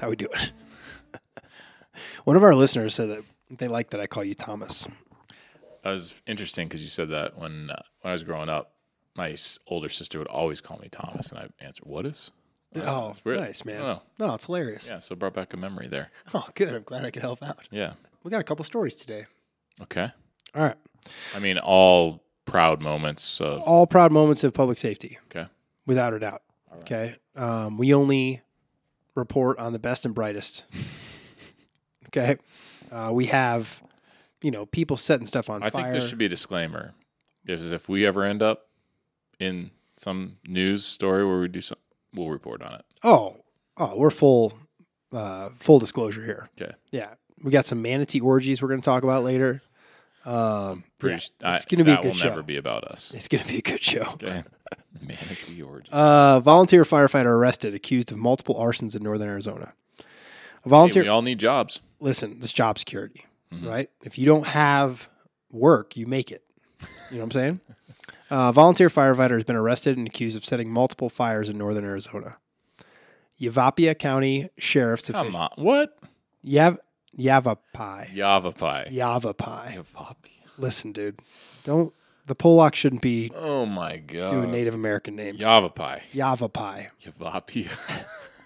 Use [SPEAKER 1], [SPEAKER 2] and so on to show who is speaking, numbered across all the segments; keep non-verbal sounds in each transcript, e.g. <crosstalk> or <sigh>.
[SPEAKER 1] how we do it. <laughs> One of our listeners said that they like that I call you Thomas.
[SPEAKER 2] That was interesting because you said that when uh, when I was growing up, my s- older sister would always call me Thomas, and I answered, "What is?"
[SPEAKER 1] Oh,
[SPEAKER 2] that's weird.
[SPEAKER 1] nice, man.
[SPEAKER 2] Oh.
[SPEAKER 1] No, it's hilarious.
[SPEAKER 2] Yeah, so it brought back a memory there.
[SPEAKER 1] Oh, good. I'm glad I could help out.
[SPEAKER 2] Yeah.
[SPEAKER 1] We got a couple stories today.
[SPEAKER 2] Okay.
[SPEAKER 1] All right.
[SPEAKER 2] I mean, all proud moments of.
[SPEAKER 1] All proud moments of public safety,
[SPEAKER 2] Okay.
[SPEAKER 1] without a doubt. Okay. Um, we only report on the best and
[SPEAKER 2] <laughs>
[SPEAKER 1] brightest. okay. Uh, we have, you know, people setting stuff on
[SPEAKER 2] I
[SPEAKER 1] fire.
[SPEAKER 2] think this should be a disclaimer. If if we ever end up in some news story where we do some, we'll report on it.
[SPEAKER 1] Oh, oh, we're full, uh, full disclosure here.
[SPEAKER 2] Okay.
[SPEAKER 1] Yeah, we got some manatee orgies we're going to talk about later. Um,
[SPEAKER 2] Pretty
[SPEAKER 1] yeah,
[SPEAKER 2] s- I-
[SPEAKER 1] it's going to be a
[SPEAKER 2] that
[SPEAKER 1] good
[SPEAKER 2] will
[SPEAKER 1] show.
[SPEAKER 2] never be
[SPEAKER 1] <laughs>
[SPEAKER 2] about us.
[SPEAKER 1] It's going to be a good show. <laughs>
[SPEAKER 2] Okay. Manatee orgy.
[SPEAKER 1] Uh, volunteer firefighter arrested, accused of multiple arsons in northern Arizona. A
[SPEAKER 2] Hey,
[SPEAKER 1] volunteer.
[SPEAKER 2] we all Mm-hmm. need jobs.
[SPEAKER 1] listen, this job security, right? If you don't have work, you make it. You know what I'm saying? <laughs> uh, volunteer firefighter has been arrested and accused of setting multiple fires in northern Arizona. Yavapai County Sheriff's official.
[SPEAKER 2] Come on. What?
[SPEAKER 1] Yav Yavapai.
[SPEAKER 2] Yavapai.
[SPEAKER 1] Yavapai.
[SPEAKER 2] Yavapai.
[SPEAKER 1] Listen, dude. Don't the Polak shouldn't be
[SPEAKER 2] Oh my god.
[SPEAKER 1] doing Native American names.
[SPEAKER 2] Yavapai.
[SPEAKER 1] Yavapai.
[SPEAKER 2] Yavapai.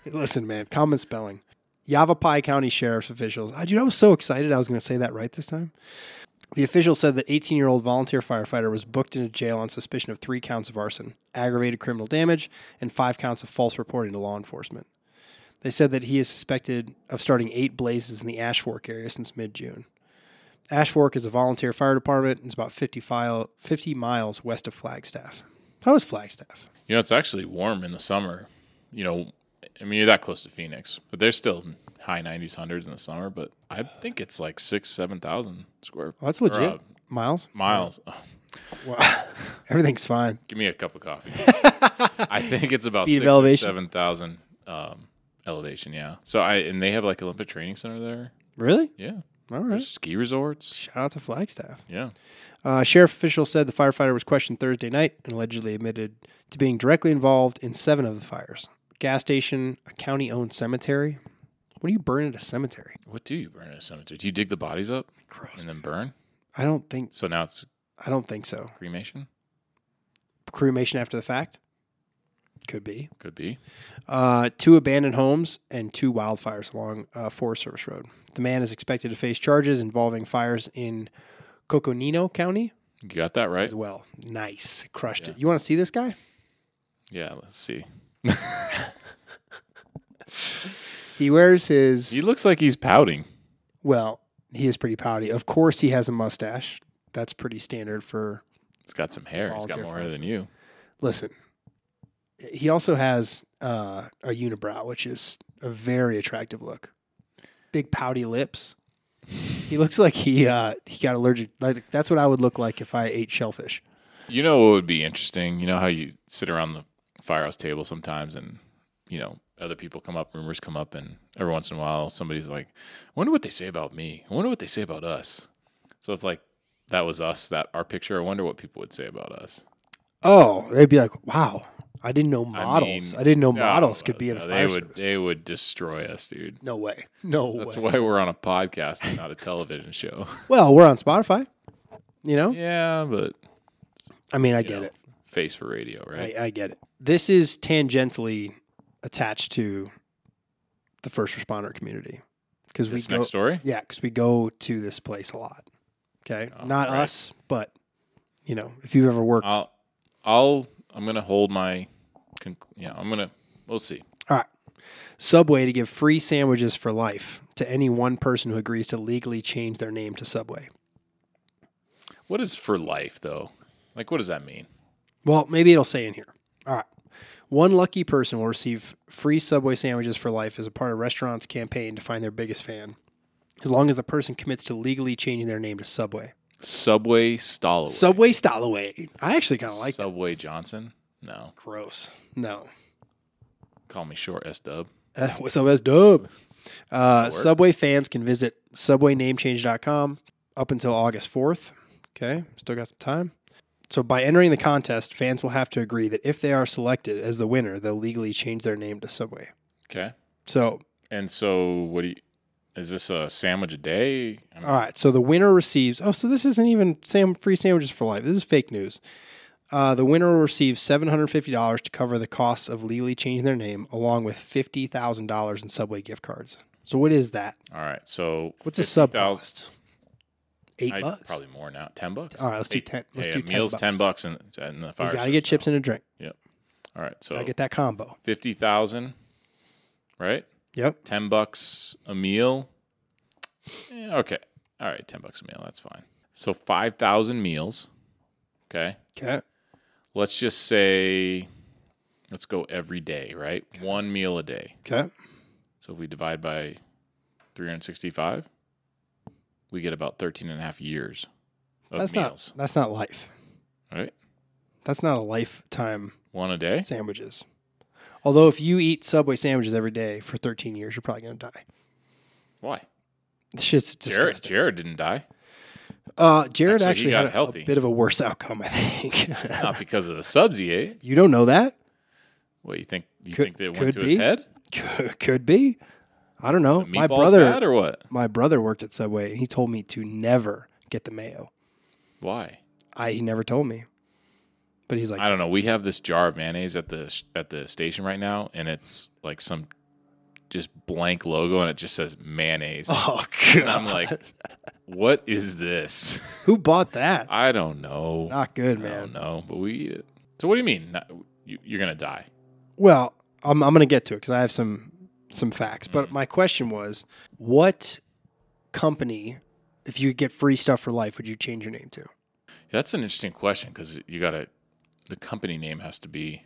[SPEAKER 1] Listen, man, common spelling. Yavapai County Sheriff's officials. Ah, dude, I was so excited I was going to say that right this time. The official said that 18 year old volunteer firefighter was booked into jail on suspicion of three counts of arson, aggravated criminal damage, and five counts of false reporting to law enforcement. They said that he is suspected of starting eight blazes in the Ash Fork area since mid June. Ash Fork is a volunteer fire department and is about 50, file, 50 miles west of Flagstaff. How is Flagstaff?
[SPEAKER 2] You know, it's actually warm in the summer. You know, I mean, you're that close to Phoenix, but they're still high 90s, 100s in the summer. But I think it's like six, 7,000 square
[SPEAKER 1] Well, that's
[SPEAKER 2] or,
[SPEAKER 1] legit.
[SPEAKER 2] uh,
[SPEAKER 1] Miles?
[SPEAKER 2] miles. Oh,
[SPEAKER 1] Wow. <laughs> Everything's fine.
[SPEAKER 2] give me a cup
[SPEAKER 1] <laughs>
[SPEAKER 2] of coffee. I think it's about
[SPEAKER 1] Feet of
[SPEAKER 2] six or
[SPEAKER 1] elevation.
[SPEAKER 2] 7,000 um, elevation. Yeah. So I, and they have like Olympic Training Center there.
[SPEAKER 1] Really?
[SPEAKER 2] Yeah.
[SPEAKER 1] All right.
[SPEAKER 2] There's ski resorts.
[SPEAKER 1] Shout out to Flagstaff.
[SPEAKER 2] Yeah.
[SPEAKER 1] Uh, sheriff officials said the firefighter was questioned Thursday night and allegedly admitted to being directly involved in seven of the fires. Gas station, a county owned cemetery. What do you burn at a cemetery?
[SPEAKER 2] What do you burn at a cemetery? Do you dig the bodies up
[SPEAKER 1] Gross.
[SPEAKER 2] and then burn?
[SPEAKER 1] I don't think
[SPEAKER 2] So now it's
[SPEAKER 1] I don't think so.
[SPEAKER 2] cremation?
[SPEAKER 1] Cremation after the fact? Could be.
[SPEAKER 2] Could be.
[SPEAKER 1] Uh, two abandoned homes and two wildfires along uh, Forest Service Road. The man is expected to face charges involving fires in Coconino County
[SPEAKER 2] You got that right?
[SPEAKER 1] as well. Nice. Crushed
[SPEAKER 2] Yeah.
[SPEAKER 1] it. You want to see this guy?
[SPEAKER 2] Yeah. Let's see.
[SPEAKER 1] He wears his.
[SPEAKER 2] He looks like he's pouting.
[SPEAKER 1] Well, he is pretty pouty. Of course, he has a mustache. That's pretty standard for.
[SPEAKER 2] He's got some hair. He's got
[SPEAKER 1] Volunteer
[SPEAKER 2] more
[SPEAKER 1] firefighter.
[SPEAKER 2] hair than you.
[SPEAKER 1] Listen, he also has uh, a unibrow, which is a very attractive look. Big pouty lips. He looks like he uh, he got allergic. Like that's what I would look like if I ate shellfish.
[SPEAKER 2] You know what would be interesting? You know how you sit around the firehouse table sometimes and, you know, other people come up, rumors come up, and every once in a while somebody's like, I wonder what they say about me. I wonder what they say about us. So if, like, that was us, that our picture, I wonder what people would say about us.
[SPEAKER 1] Oh, they'd be like, "Wow, I didn't know models. I,
[SPEAKER 2] mean,
[SPEAKER 1] didn't know
[SPEAKER 2] No,
[SPEAKER 1] models could be in
[SPEAKER 2] no,
[SPEAKER 1] the
[SPEAKER 2] they
[SPEAKER 1] fire
[SPEAKER 2] would
[SPEAKER 1] service."
[SPEAKER 2] They would destroy us, dude.
[SPEAKER 1] no way. No
[SPEAKER 2] That's
[SPEAKER 1] way.
[SPEAKER 2] why we're on a podcast and not a television
[SPEAKER 1] <laughs>
[SPEAKER 2] show.
[SPEAKER 1] Well, we're on Spotify. You know,
[SPEAKER 2] yeah, but
[SPEAKER 1] I mean, I
[SPEAKER 2] you
[SPEAKER 1] get
[SPEAKER 2] know,
[SPEAKER 1] it.
[SPEAKER 2] Face for radio, right?
[SPEAKER 1] I, I get it. This is tangentially attached to the first responder community because we
[SPEAKER 2] this
[SPEAKER 1] go,
[SPEAKER 2] next story?
[SPEAKER 1] yeah, because we go to this place a lot. Okay,
[SPEAKER 2] Oh,
[SPEAKER 1] not
[SPEAKER 2] right.
[SPEAKER 1] us, but you know, if you've ever worked,
[SPEAKER 2] I'll, I'll, I'm gonna hold my, conc- yeah, I'm gonna, we'll see.
[SPEAKER 1] Subway to give free sandwiches for life to any one person who agrees to legally change their name to Subway.
[SPEAKER 2] What is for life though? Like, what does that mean?
[SPEAKER 1] Well, maybe it'll say in here. All right. One lucky person will receive free Subway sandwiches for life as a part of restaurant's campaign to find their biggest fan, as long as the person commits to legally changing their name to Subway.
[SPEAKER 2] Subway Stalloway.
[SPEAKER 1] Subway Stalloway. I actually kind of like that.
[SPEAKER 2] Subway Johnson. No,
[SPEAKER 1] Gross. No. <laughs>
[SPEAKER 2] call me short S Dub.
[SPEAKER 1] Uh, what's up, that's dope. Uh,
[SPEAKER 2] That'll work.
[SPEAKER 1] Subway fans can visit subwaynamechange.com up until August 4th. Okay, still got some time. So by entering the contest, fans will have to agree that if they are selected as the winner, they'll legally change their name to Subway.
[SPEAKER 2] Okay,
[SPEAKER 1] So
[SPEAKER 2] And so, what do you? Is this a sandwich a day? I mean,
[SPEAKER 1] All right. So the winner receives. Oh, so this isn't even sam- free sandwiches for life. This is fake news. Uh, the winner will receive seven hundred fifty dollars to cover the costs of legally changing their name, along with fifty thousand dollars in Subway gift cards. So what is that?
[SPEAKER 2] All right. So
[SPEAKER 1] What's a sub
[SPEAKER 2] 50,000
[SPEAKER 1] cost? Eight
[SPEAKER 2] I-
[SPEAKER 1] bucks.
[SPEAKER 2] Probably more now. Ten bucks.
[SPEAKER 1] All right, let's do
[SPEAKER 2] Eight-
[SPEAKER 1] 10 let's
[SPEAKER 2] yeah,
[SPEAKER 1] do
[SPEAKER 2] yeah,
[SPEAKER 1] 10
[SPEAKER 2] meals. Ten
[SPEAKER 1] bucks.
[SPEAKER 2] bucks and and the
[SPEAKER 1] You
[SPEAKER 2] fire.
[SPEAKER 1] gotta get chips and a drink.
[SPEAKER 2] All right. So
[SPEAKER 1] Gotta get that combo.
[SPEAKER 2] fifty thousand. Right.
[SPEAKER 1] Yep.
[SPEAKER 2] Ten bucks a meal. Eh, okay. All right. Ten bucks a meal. That's fine. So five thousand meals. Okay.
[SPEAKER 1] Okay.
[SPEAKER 2] Let's just say, let's go every day. Right. One meal a day.
[SPEAKER 1] Okay.
[SPEAKER 2] So if we divide by 365, we get about 13 and a half years of
[SPEAKER 1] That's
[SPEAKER 2] meals.
[SPEAKER 1] not. That's not life.
[SPEAKER 2] right?
[SPEAKER 1] That's not a lifetime
[SPEAKER 2] One a day.
[SPEAKER 1] sandwiches. Although if you eat Subway sandwiches every day for 13 years, you're probably gonna die.
[SPEAKER 2] Why?
[SPEAKER 1] This shit's
[SPEAKER 2] Jared,
[SPEAKER 1] disgusting.
[SPEAKER 2] Jared didn't die.
[SPEAKER 1] Uh, Jared
[SPEAKER 2] Actually, he
[SPEAKER 1] actually,
[SPEAKER 2] got
[SPEAKER 1] had a,
[SPEAKER 2] healthy.
[SPEAKER 1] a bit of a worse <laughs> outcome, I think. <laughs>
[SPEAKER 2] Not because of the subs he ate.
[SPEAKER 1] you don't know that? <laughs>
[SPEAKER 2] Well, you think you
[SPEAKER 1] Could-
[SPEAKER 2] think that it
[SPEAKER 1] could
[SPEAKER 2] went to his
[SPEAKER 1] be.
[SPEAKER 2] head?
[SPEAKER 1] Could, could be. I don't know.
[SPEAKER 2] The
[SPEAKER 1] My
[SPEAKER 2] meatballs
[SPEAKER 1] brother,
[SPEAKER 2] bad or what?
[SPEAKER 1] my brother worked at Subway, and he told me to never get the mayo.
[SPEAKER 2] Why?
[SPEAKER 1] I he never told me, but he's like,
[SPEAKER 2] I don't know. We have this jar of mayonnaise at the sh- at the station right now, and it's like some just blank logo, and it just says mayonnaise.
[SPEAKER 1] <laughs> oh
[SPEAKER 2] <laughs> And
[SPEAKER 1] god,
[SPEAKER 2] I'm like, what is this? <laughs>
[SPEAKER 1] who bought that?
[SPEAKER 2] I don't know.
[SPEAKER 1] Not good,
[SPEAKER 2] I
[SPEAKER 1] man.
[SPEAKER 2] don't know, but we eat it. So what do you mean? Not, you, you're gonna die?
[SPEAKER 1] Well, I'm I'm gonna get to it because I have some some facts.
[SPEAKER 2] Mm.
[SPEAKER 1] But my question was, what company, if you get free stuff for life, would you change your name to?
[SPEAKER 2] That's an interesting question because you gotta. The company name has to be,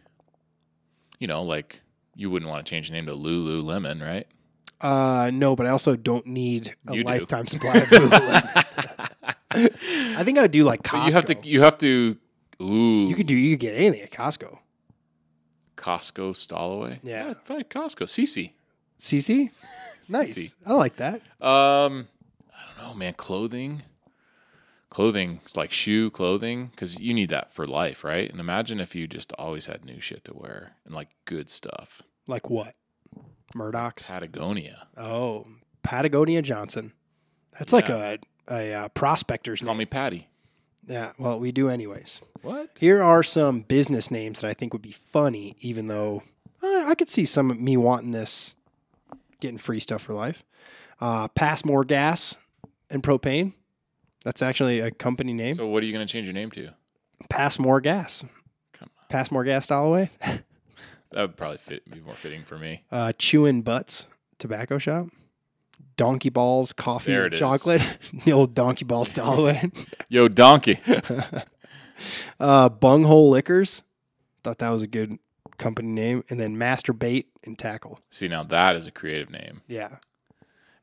[SPEAKER 2] you know, like you wouldn't want to change the name to Lululemon, right?
[SPEAKER 1] Uh, no, but I also don't need a
[SPEAKER 2] You do.
[SPEAKER 1] lifetime supply of
[SPEAKER 2] <laughs>
[SPEAKER 1] food. <laughs> I think I would do like Costco.
[SPEAKER 2] But you have to. You have to. Ooh,
[SPEAKER 1] You could do. You could get anything at Costco.
[SPEAKER 2] Costco Stalloway.
[SPEAKER 1] Yeah.
[SPEAKER 2] fine, Costco CC. <laughs>
[SPEAKER 1] CC, nice.
[SPEAKER 2] CC.
[SPEAKER 1] I like that.
[SPEAKER 2] Um, I don't know, man. Clothing, clothing like shoe clothing, because you need that for life, right? And imagine if you just always had new shit to wear and like good stuff.
[SPEAKER 1] Like what? Murdoch's.
[SPEAKER 2] Patagonia.
[SPEAKER 1] Oh, Patagonia Johnson. That's like a a uh, prospector's
[SPEAKER 2] Call
[SPEAKER 1] name.
[SPEAKER 2] me Patty.
[SPEAKER 1] Yeah. Well, we do anyways.
[SPEAKER 2] What?
[SPEAKER 1] Here are some business names that I think would be funny, even though uh, I could see some of me wanting this, getting free stuff for life. Uh, pass more gas and propane. That's actually a company name.
[SPEAKER 2] So what are you going to change your name to?
[SPEAKER 1] pass more gas.
[SPEAKER 2] Come on.
[SPEAKER 1] Pass more gas Holloway.
[SPEAKER 2] That would probably fit be more fitting for me.
[SPEAKER 1] <laughs> Uh, Chewin' Butts Tobacco Shop. Donkey Balls Coffee
[SPEAKER 2] There
[SPEAKER 1] and
[SPEAKER 2] it is.
[SPEAKER 1] Chocolate. <laughs> the old Donkey Balls
[SPEAKER 2] <laughs>
[SPEAKER 1] Holloway.
[SPEAKER 2] Yo, donkey.
[SPEAKER 1] uh, Bunghole Liquors. Thought that was a good company name. And then Masturbate and Tackle.
[SPEAKER 2] See, now that is a creative name.
[SPEAKER 1] Yeah.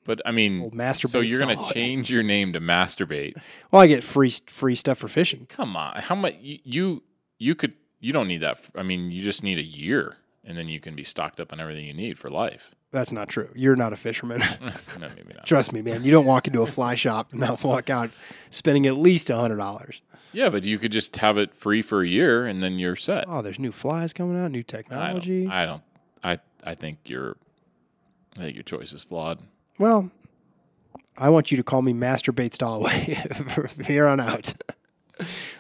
[SPEAKER 2] But I mean,
[SPEAKER 1] Old masturbate.
[SPEAKER 2] Mm. so you're going
[SPEAKER 1] Holloway.
[SPEAKER 2] to change your name to masturbate?
[SPEAKER 1] Well, I get free free stuff for fishing.
[SPEAKER 2] Come on. How much you, you you could you don't need that. f- I mean, you just need a year and then you can be stocked up on everything you need for life. <laughs>
[SPEAKER 1] That's not true. You're not a fisherman.
[SPEAKER 2] no, maybe
[SPEAKER 1] <laughs>
[SPEAKER 2] not.
[SPEAKER 1] Trust me, man. You don't walk into a fly shop and not walk out spending at least hundred dollars.
[SPEAKER 2] Yeah, but you could just have it free for a year and then you're set.
[SPEAKER 1] Oh, there's new flies coming out, new
[SPEAKER 2] I
[SPEAKER 1] technology.
[SPEAKER 2] don't, I don't. I I think your I think your choice is flawed.
[SPEAKER 1] Well, I want you to call me Master Bates Dalloway <laughs> from here on out. <laughs>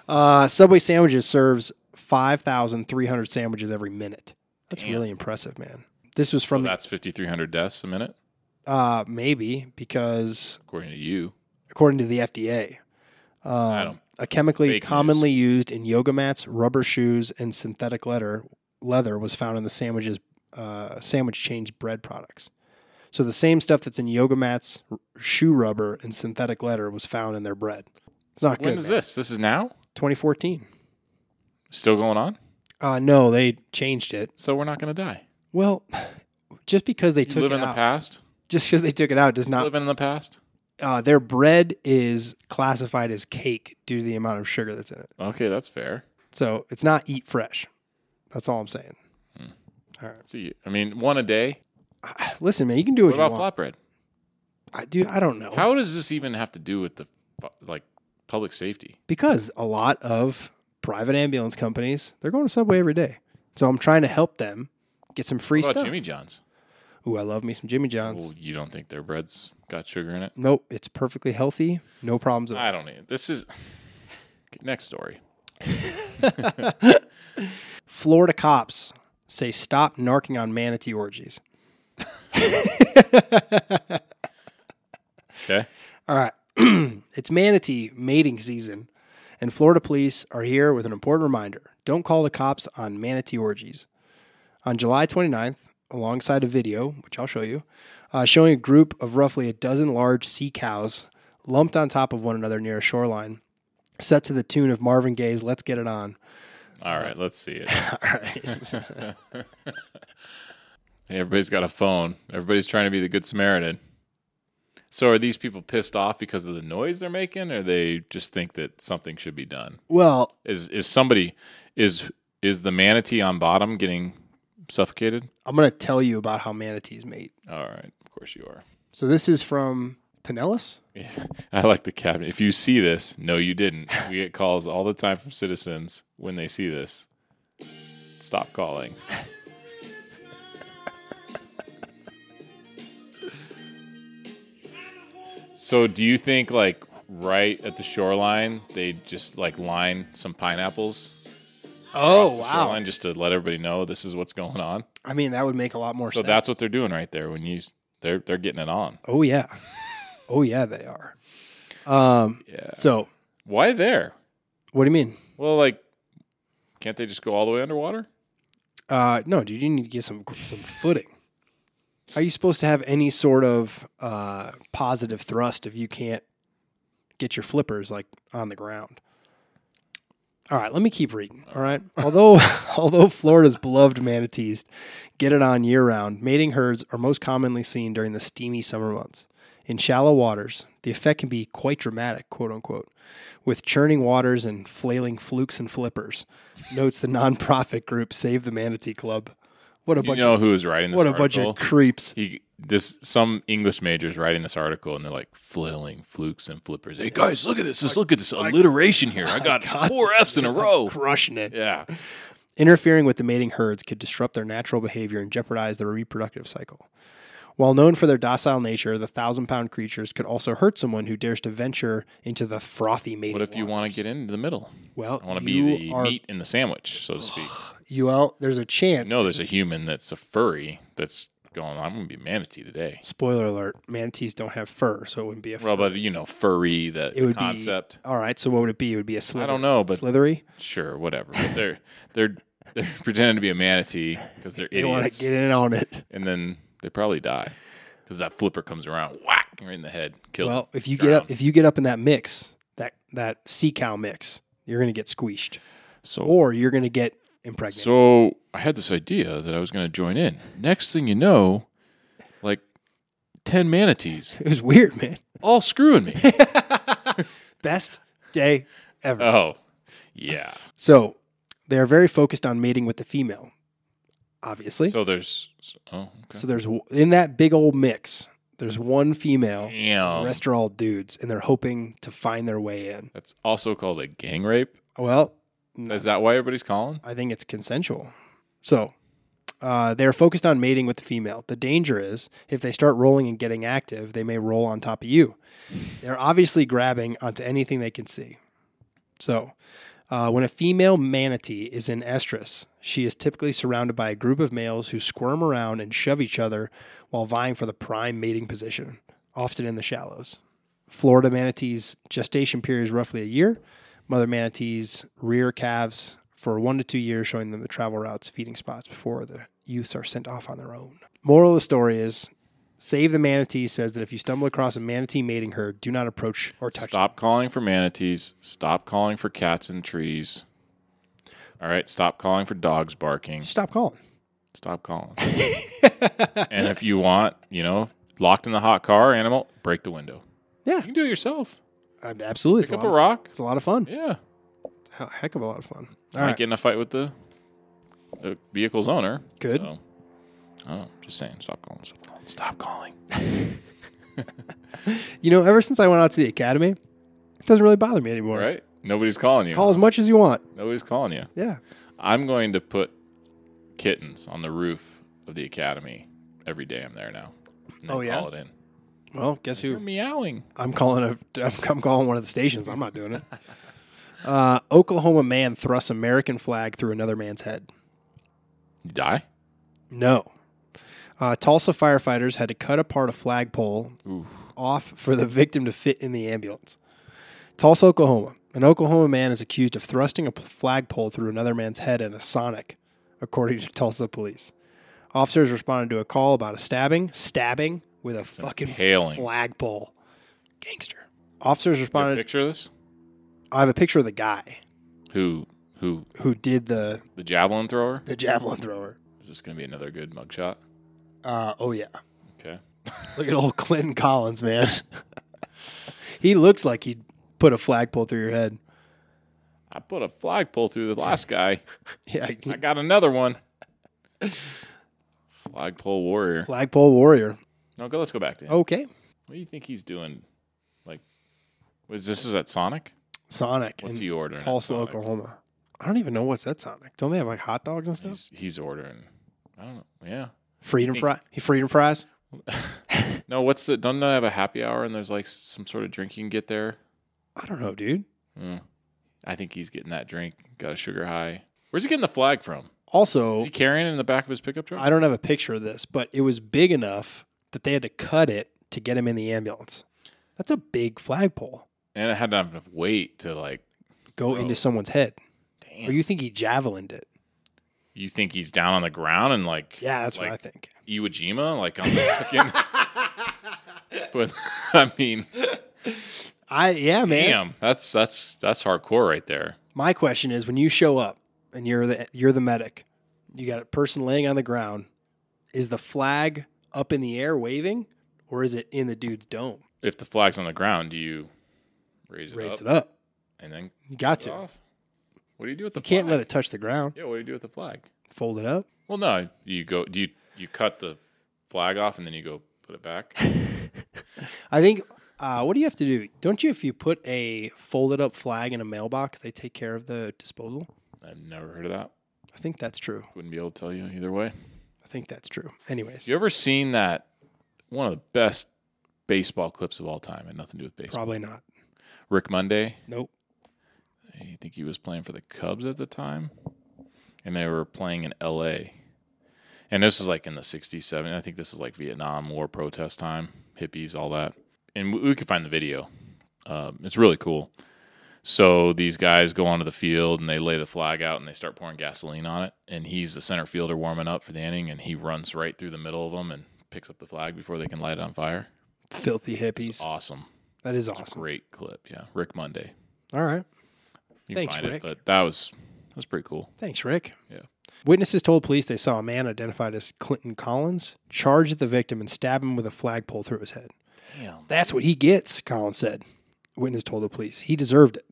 [SPEAKER 1] Uh, Subway sandwiches serves 5,300 sandwiches every minute. That's
[SPEAKER 2] Damn.
[SPEAKER 1] really impressive, man. This was from
[SPEAKER 2] so that's 5,300 deaths a minute,
[SPEAKER 1] the, uh, maybe because
[SPEAKER 2] according to you.
[SPEAKER 1] according to the FDA,
[SPEAKER 2] I
[SPEAKER 1] um,
[SPEAKER 2] don't-
[SPEAKER 1] a chemically
[SPEAKER 2] fake news.
[SPEAKER 1] commonly used in yoga mats, rubber shoes, and synthetic leather leather was found in the sandwiches uh, sandwich chain's bread products. So the same stuff that's in yoga mats, r- shoe rubber, and synthetic leather was found in their bread. It's not
[SPEAKER 2] When
[SPEAKER 1] good.
[SPEAKER 2] is
[SPEAKER 1] man.
[SPEAKER 2] this? This is now?
[SPEAKER 1] 2014.
[SPEAKER 2] Still going on?
[SPEAKER 1] Uh, no, they changed it.
[SPEAKER 2] So we're not going to die.
[SPEAKER 1] Well, <sighs> just because they
[SPEAKER 2] You
[SPEAKER 1] took
[SPEAKER 2] live
[SPEAKER 1] it
[SPEAKER 2] in the
[SPEAKER 1] out,
[SPEAKER 2] past?
[SPEAKER 1] just because they took it out does not
[SPEAKER 2] Living in the past?
[SPEAKER 1] uh, their bread is classified as cake due to the amount of sugar that's in it.
[SPEAKER 2] Okay, that's fair.
[SPEAKER 1] So it's not eat fresh. That's all I'm saying.
[SPEAKER 2] So you, I mean, one a day.
[SPEAKER 1] I- Listen, man, you can do what,
[SPEAKER 2] What
[SPEAKER 1] you
[SPEAKER 2] about
[SPEAKER 1] want.
[SPEAKER 2] flatbread?
[SPEAKER 1] I, dude, I don't know.
[SPEAKER 2] How does this even have to do with the fu- like public safety?
[SPEAKER 1] Because a lot of private ambulance companies, they're going to Subway every day. So I'm trying to help them get some free
[SPEAKER 2] What about
[SPEAKER 1] stuff.
[SPEAKER 2] Jimmy John's?
[SPEAKER 1] Ooh, I love me some Jimmy John's.
[SPEAKER 2] Well, you don't think their bread's got sugar in it?
[SPEAKER 1] Nope, it's perfectly healthy. No problems at all.
[SPEAKER 2] I don't need this is <laughs> next story.
[SPEAKER 1] Florida cops say stop narking on manatee orgies.
[SPEAKER 2] Okay.
[SPEAKER 1] All right. <clears throat> it's manatee mating season, and Florida police are here with an important reminder don't call the cops on manatee orgies. On July 29th, alongside a video, which I'll show you, uh, showing a group of roughly a dozen large sea cows lumped on top of one another near a shoreline, set to the tune of Marvin Gaye's Let's Get It On.
[SPEAKER 2] All right, let's see it.
[SPEAKER 1] <laughs> All right.
[SPEAKER 2] <laughs> Hey, everybody's got a phone. Everybody's trying to be the good Samaritan. So are these people pissed off because of the noise they're making or they just think that something should be done?
[SPEAKER 1] well,
[SPEAKER 2] Is is somebody is is the manatee on bottom getting suffocated?
[SPEAKER 1] I'm going to tell you about how manatees mate.
[SPEAKER 2] All right, of course you are. <laughs>
[SPEAKER 1] So this is from Pinellas.
[SPEAKER 2] I like the cabinet. If you see this, no, you didn't. We get calls all the time from citizens when they see this. Stop calling. so, do you think like right at the shoreline they just like line some pineapples?
[SPEAKER 1] Oh,
[SPEAKER 2] across the shoreline just to let everybody know this is what's going on.
[SPEAKER 1] I mean, that would make a lot more
[SPEAKER 2] So
[SPEAKER 1] sense.
[SPEAKER 2] that's what they're doing right there. When you s- they're they're getting it on.
[SPEAKER 1] Oh yeah, oh yeah, they are. Um.
[SPEAKER 2] Yeah.
[SPEAKER 1] So
[SPEAKER 2] Why there?
[SPEAKER 1] what do you mean?
[SPEAKER 2] Well, like, can't they just go all the way underwater?
[SPEAKER 1] Uh, no, dude, you need to get some some footing. How are you supposed to have any sort of uh, positive thrust if you can't get your flippers like on the ground? All right, let me keep reading. All right. Although <laughs> although Florida's beloved manatees get it on year round, mating herds are most commonly seen during the steamy summer months. In shallow waters, the effect can be quite dramatic, quote unquote, with churning waters and flailing flukes and flippers. Notes the <laughs> nonprofit group Save the Manatee Club. What a
[SPEAKER 2] You
[SPEAKER 1] bunch
[SPEAKER 2] know
[SPEAKER 1] of
[SPEAKER 2] who is writing this
[SPEAKER 1] what a bunch
[SPEAKER 2] article?
[SPEAKER 1] of creeps.
[SPEAKER 2] he this some English majors writing this article and they're like flailing flukes and flippers. Hey guys, look at this! Just look at this alliteration here. I got four
[SPEAKER 1] <laughs>
[SPEAKER 2] F's in a <laughs> row.
[SPEAKER 1] Crushing it.
[SPEAKER 2] Yeah,
[SPEAKER 1] Interfering with the mating herds could disrupt their natural behavior and jeopardize their reproductive cycle. While known for their docile nature, the thousand pound creatures could also hurt someone who dares to venture into the frothy mating.
[SPEAKER 2] what if you want to get into the middle?
[SPEAKER 1] Well,
[SPEAKER 2] I want to
[SPEAKER 1] you
[SPEAKER 2] be the
[SPEAKER 1] are-
[SPEAKER 2] meat in the sandwich, so
[SPEAKER 1] <sighs>
[SPEAKER 2] to speak.
[SPEAKER 1] You well, there's a chance.
[SPEAKER 2] no, there's a human that's a furry that's going. I'm gonna be manatee today.
[SPEAKER 1] Spoiler alert: manatees don't have fur, so it wouldn't be a.
[SPEAKER 2] Well, but you know, furry that
[SPEAKER 1] it would
[SPEAKER 2] concept.
[SPEAKER 1] be all right. So what would it be? It would be a slither.
[SPEAKER 2] I don't know, but
[SPEAKER 1] slithery.
[SPEAKER 2] sure, whatever. But they're they're they're <laughs> pretending to be a manatee because they're
[SPEAKER 1] They want
[SPEAKER 2] idiots,
[SPEAKER 1] to get in on it.
[SPEAKER 2] and then they probably die because that flipper comes around, whack, right in the head, kills.
[SPEAKER 1] Well,
[SPEAKER 2] them,
[SPEAKER 1] if you
[SPEAKER 2] drown
[SPEAKER 1] get
[SPEAKER 2] 'em.
[SPEAKER 1] up, if you get up in that mix, that that sea cow mix, you're gonna get squeashed,
[SPEAKER 2] so
[SPEAKER 1] or you're gonna get impregnated.
[SPEAKER 2] so I had this idea that I was going to join in. Next thing you know, like ten manatees
[SPEAKER 1] <laughs> it was weird, man.
[SPEAKER 2] all screwing
[SPEAKER 1] <laughs>
[SPEAKER 2] me.
[SPEAKER 1] Best day ever.
[SPEAKER 2] oh, yeah.
[SPEAKER 1] so they are very focused on mating with the female, obviously. So,
[SPEAKER 2] So there's oh okay.
[SPEAKER 1] there's w- in that big old mix, there's one female. The
[SPEAKER 2] Damn.
[SPEAKER 1] rest are all dudes, and they're hoping to find their way in.
[SPEAKER 2] That's also called a gang rape.
[SPEAKER 1] Well,
[SPEAKER 2] Is that why everybody's calling?
[SPEAKER 1] I think it's consensual. So uh, they're focused on mating with the female. The danger is if they start rolling and getting active, they may roll on top of you. They're obviously grabbing onto anything they can see. So uh, when a female manatee is in estrus, she is typically surrounded by a group of males who squirm around and shove each other while vying for the prime mating position, often in the shallows. Florida manatees gestation period is roughly a year. Mother manatees rear calves for one to two years, showing them the travel routes, feeding spots before the youths are sent off on their own. Moral of the story is Save the Manatee says that if you stumble across a manatee mating herd, do not approach or touch
[SPEAKER 2] Stop calling for manatees. Stop calling for cats in trees. All right, stop calling for dogs barking.
[SPEAKER 1] them. Stop calling.
[SPEAKER 2] Stop
[SPEAKER 1] <laughs>
[SPEAKER 2] calling. and if you want, you know, locked in the hot car, animal, break the window.
[SPEAKER 1] Yeah.
[SPEAKER 2] You can do it yourself.
[SPEAKER 1] Uh, Absolutely. It's
[SPEAKER 2] Pick
[SPEAKER 1] a,
[SPEAKER 2] up
[SPEAKER 1] lot
[SPEAKER 2] a
[SPEAKER 1] of,
[SPEAKER 2] rock.
[SPEAKER 1] it's a lot of fun.
[SPEAKER 2] Yeah.
[SPEAKER 1] A heck of a lot of fun. All
[SPEAKER 2] Might
[SPEAKER 1] right.
[SPEAKER 2] get in a fight with the, the vehicle's owner.
[SPEAKER 1] Good.
[SPEAKER 2] So, I don't know. Just saying. Stop calling. Stop calling. Stop calling.
[SPEAKER 1] <laughs> You know, ever since I went out to the academy, it doesn't really bother me anymore.
[SPEAKER 2] All right. Nobody's calling you.
[SPEAKER 1] Call as much as you want.
[SPEAKER 2] Nobody's calling you.
[SPEAKER 1] Yeah.
[SPEAKER 2] I'm going to put kittens on the roof of the academy every day I'm there now. And
[SPEAKER 1] Oh,
[SPEAKER 2] they
[SPEAKER 1] yeah?
[SPEAKER 2] Call it in.
[SPEAKER 1] Well, guess
[SPEAKER 2] You're
[SPEAKER 1] who?
[SPEAKER 2] meowing.
[SPEAKER 1] I'm calling a. I'm, I'm calling one of the stations. I'm not doing it. <laughs> Uh, Oklahoma man thrusts American flag through another man's head.
[SPEAKER 2] You die?
[SPEAKER 1] No. Uh, Tulsa firefighters had to cut apart a flagpole
[SPEAKER 2] Ooh.
[SPEAKER 1] off for the victim to fit in the ambulance. Tulsa, Oklahoma. An Oklahoma man is accused of thrusting a p- flagpole through another man's head in a Sonic, according to Tulsa police. Officers responded to a call about a stabbing, stabbing with a fucking
[SPEAKER 2] impaling.
[SPEAKER 1] flagpole. Gangster. Officers
[SPEAKER 2] You have a
[SPEAKER 1] responded.
[SPEAKER 2] picture of this?
[SPEAKER 1] I have a picture of the guy
[SPEAKER 2] Who who
[SPEAKER 1] who did the,
[SPEAKER 2] the javelin thrower?
[SPEAKER 1] the javelin thrower.
[SPEAKER 2] Is this gonna be another good mugshot?
[SPEAKER 1] Uh, oh, yeah.
[SPEAKER 2] Okay.
[SPEAKER 1] Look at old Clinton Collins, man. he looks like he'd put a flagpole through your head.
[SPEAKER 2] I put a flagpole through the last guy.
[SPEAKER 1] Yeah,
[SPEAKER 2] I got
[SPEAKER 1] <laughs>
[SPEAKER 2] another one. Flagpole warrior.
[SPEAKER 1] flagpole warrior.
[SPEAKER 2] No, go. Let's go back to him.
[SPEAKER 1] Okay,
[SPEAKER 2] What do you think he's doing? Like, was this is at Sonic?
[SPEAKER 1] Sonic.
[SPEAKER 2] What's
[SPEAKER 1] in
[SPEAKER 2] he ordering? at
[SPEAKER 1] Tulsa,
[SPEAKER 2] Sonic?
[SPEAKER 1] Oklahoma. I don't even know what's that Sonic. Don't they have like hot dogs and stuff?
[SPEAKER 2] He's, he's ordering. I don't know. Yeah.
[SPEAKER 1] Freedom fry, freedom fries.
[SPEAKER 2] <laughs> No, what's the? Don't they have a happy hour and there's like some sort of drink you can get there?
[SPEAKER 1] I don't know, dude.
[SPEAKER 2] Mm. I think he's getting that drink. Got a sugar high. Where's he getting the flag from? Is
[SPEAKER 1] Also,
[SPEAKER 2] he carrying it in the back of his pickup truck?
[SPEAKER 1] I don't have a picture of this, but it was big enough that they had to cut it to get him in the ambulance. That's a big flagpole.
[SPEAKER 2] and it had to have enough weight to like.
[SPEAKER 1] Go
[SPEAKER 2] Bro.
[SPEAKER 1] into someone's head.
[SPEAKER 2] Damn.
[SPEAKER 1] Or
[SPEAKER 2] you,
[SPEAKER 1] you think he javelined it?
[SPEAKER 2] think he's down on the ground and like?
[SPEAKER 1] Yeah, that's
[SPEAKER 2] like
[SPEAKER 1] what I think.
[SPEAKER 2] Iwo Jima, like on the fucking.
[SPEAKER 1] <laughs>
[SPEAKER 2] but <laughs> I mean,
[SPEAKER 1] I yeah, man.
[SPEAKER 2] damn, that's that's that's hardcore right there.
[SPEAKER 1] My question is, when you show up and you're the you're the medic, you got a person laying on the ground. Is the flag up in the air waving, or is it in the dude's dome?
[SPEAKER 2] If the flag's on the ground, do you raise it
[SPEAKER 1] Raise
[SPEAKER 2] up
[SPEAKER 1] it up.
[SPEAKER 2] and then
[SPEAKER 1] You got
[SPEAKER 2] cut it
[SPEAKER 1] to. You
[SPEAKER 2] off? What do you do with the?
[SPEAKER 1] can't
[SPEAKER 2] flag?
[SPEAKER 1] let it touch the ground.
[SPEAKER 2] Yeah, what do you do with the flag?
[SPEAKER 1] Fold it up.
[SPEAKER 2] Well, no, you go. Do you you cut the flag off and then you go put it back? <laughs>
[SPEAKER 1] I think. Uh, what do you have to do? Don't you, if you put a folded up flag in a mailbox, they take care of the disposal?
[SPEAKER 2] I've never heard of that.
[SPEAKER 1] I think that's true.
[SPEAKER 2] Wouldn't be able to tell you either way.
[SPEAKER 1] I think that's true. Anyways,
[SPEAKER 2] You ever seen that one of the best baseball clips of all time and nothing to do with baseball?
[SPEAKER 1] probably not.
[SPEAKER 2] Rick Monday.
[SPEAKER 1] Nope.
[SPEAKER 2] I think he was playing for the Cubs at the time, and they were playing in L.A. And this is like in the '60s, '70s. I think this is like Vietnam War protest time, hippies, all that. And we, we could find the video. Um, it's really cool. So these guys go onto the field and they lay the flag out and they start pouring gasoline on it. And he's the center fielder warming up for the inning, and he runs right through the middle of them and picks up the flag before they can light it on fire.
[SPEAKER 1] Filthy
[SPEAKER 2] It's
[SPEAKER 1] hippies.
[SPEAKER 2] awesome,
[SPEAKER 1] That is awesome.
[SPEAKER 2] great clip. Yeah, Rick Monday.
[SPEAKER 1] All right.
[SPEAKER 2] You can
[SPEAKER 1] Thanks,
[SPEAKER 2] find
[SPEAKER 1] Rick.
[SPEAKER 2] it, but that was that was pretty cool.
[SPEAKER 1] Thanks, Rick.
[SPEAKER 2] Yeah.
[SPEAKER 1] Witnesses told police they saw a man identified as Clinton Collins charge at the victim and stab him with a flagpole through his head.
[SPEAKER 2] Damn.
[SPEAKER 1] That's what he gets, Collins said. Witness told the police. He deserved it.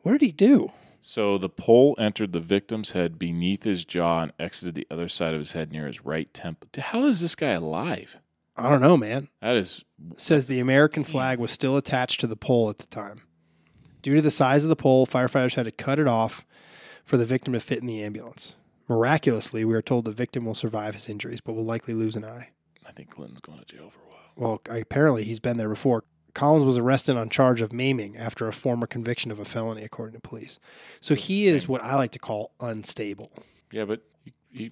[SPEAKER 1] What did he do?
[SPEAKER 2] So the pole entered the victim's head beneath his jaw and exited the other side of his head near his right temple. Dude, How is this guy alive?
[SPEAKER 1] I don't know, man.
[SPEAKER 2] That is
[SPEAKER 1] says the American flag was still attached to the pole at the time. Due to the size of the pole, firefighters had to cut it off for the victim to fit in the ambulance. Miraculously, we are told the victim will survive his injuries, but will likely lose an eye.
[SPEAKER 2] I think Clinton's going to jail for a while.
[SPEAKER 1] Well, apparently he's been there before. Collins was arrested on charge of maiming after a former conviction of a felony, according to police. So he is
[SPEAKER 2] Insane.
[SPEAKER 1] what I like to call unstable.
[SPEAKER 2] Yeah, but he, he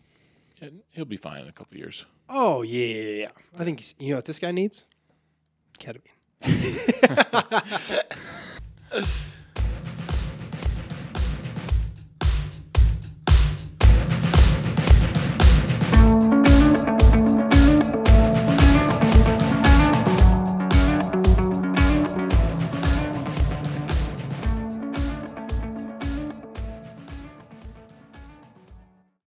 [SPEAKER 2] yeah, he'll be fine in a couple of years.
[SPEAKER 1] Oh yeah, yeah, yeah. I think he's, you know what this guy needs? Ketamine.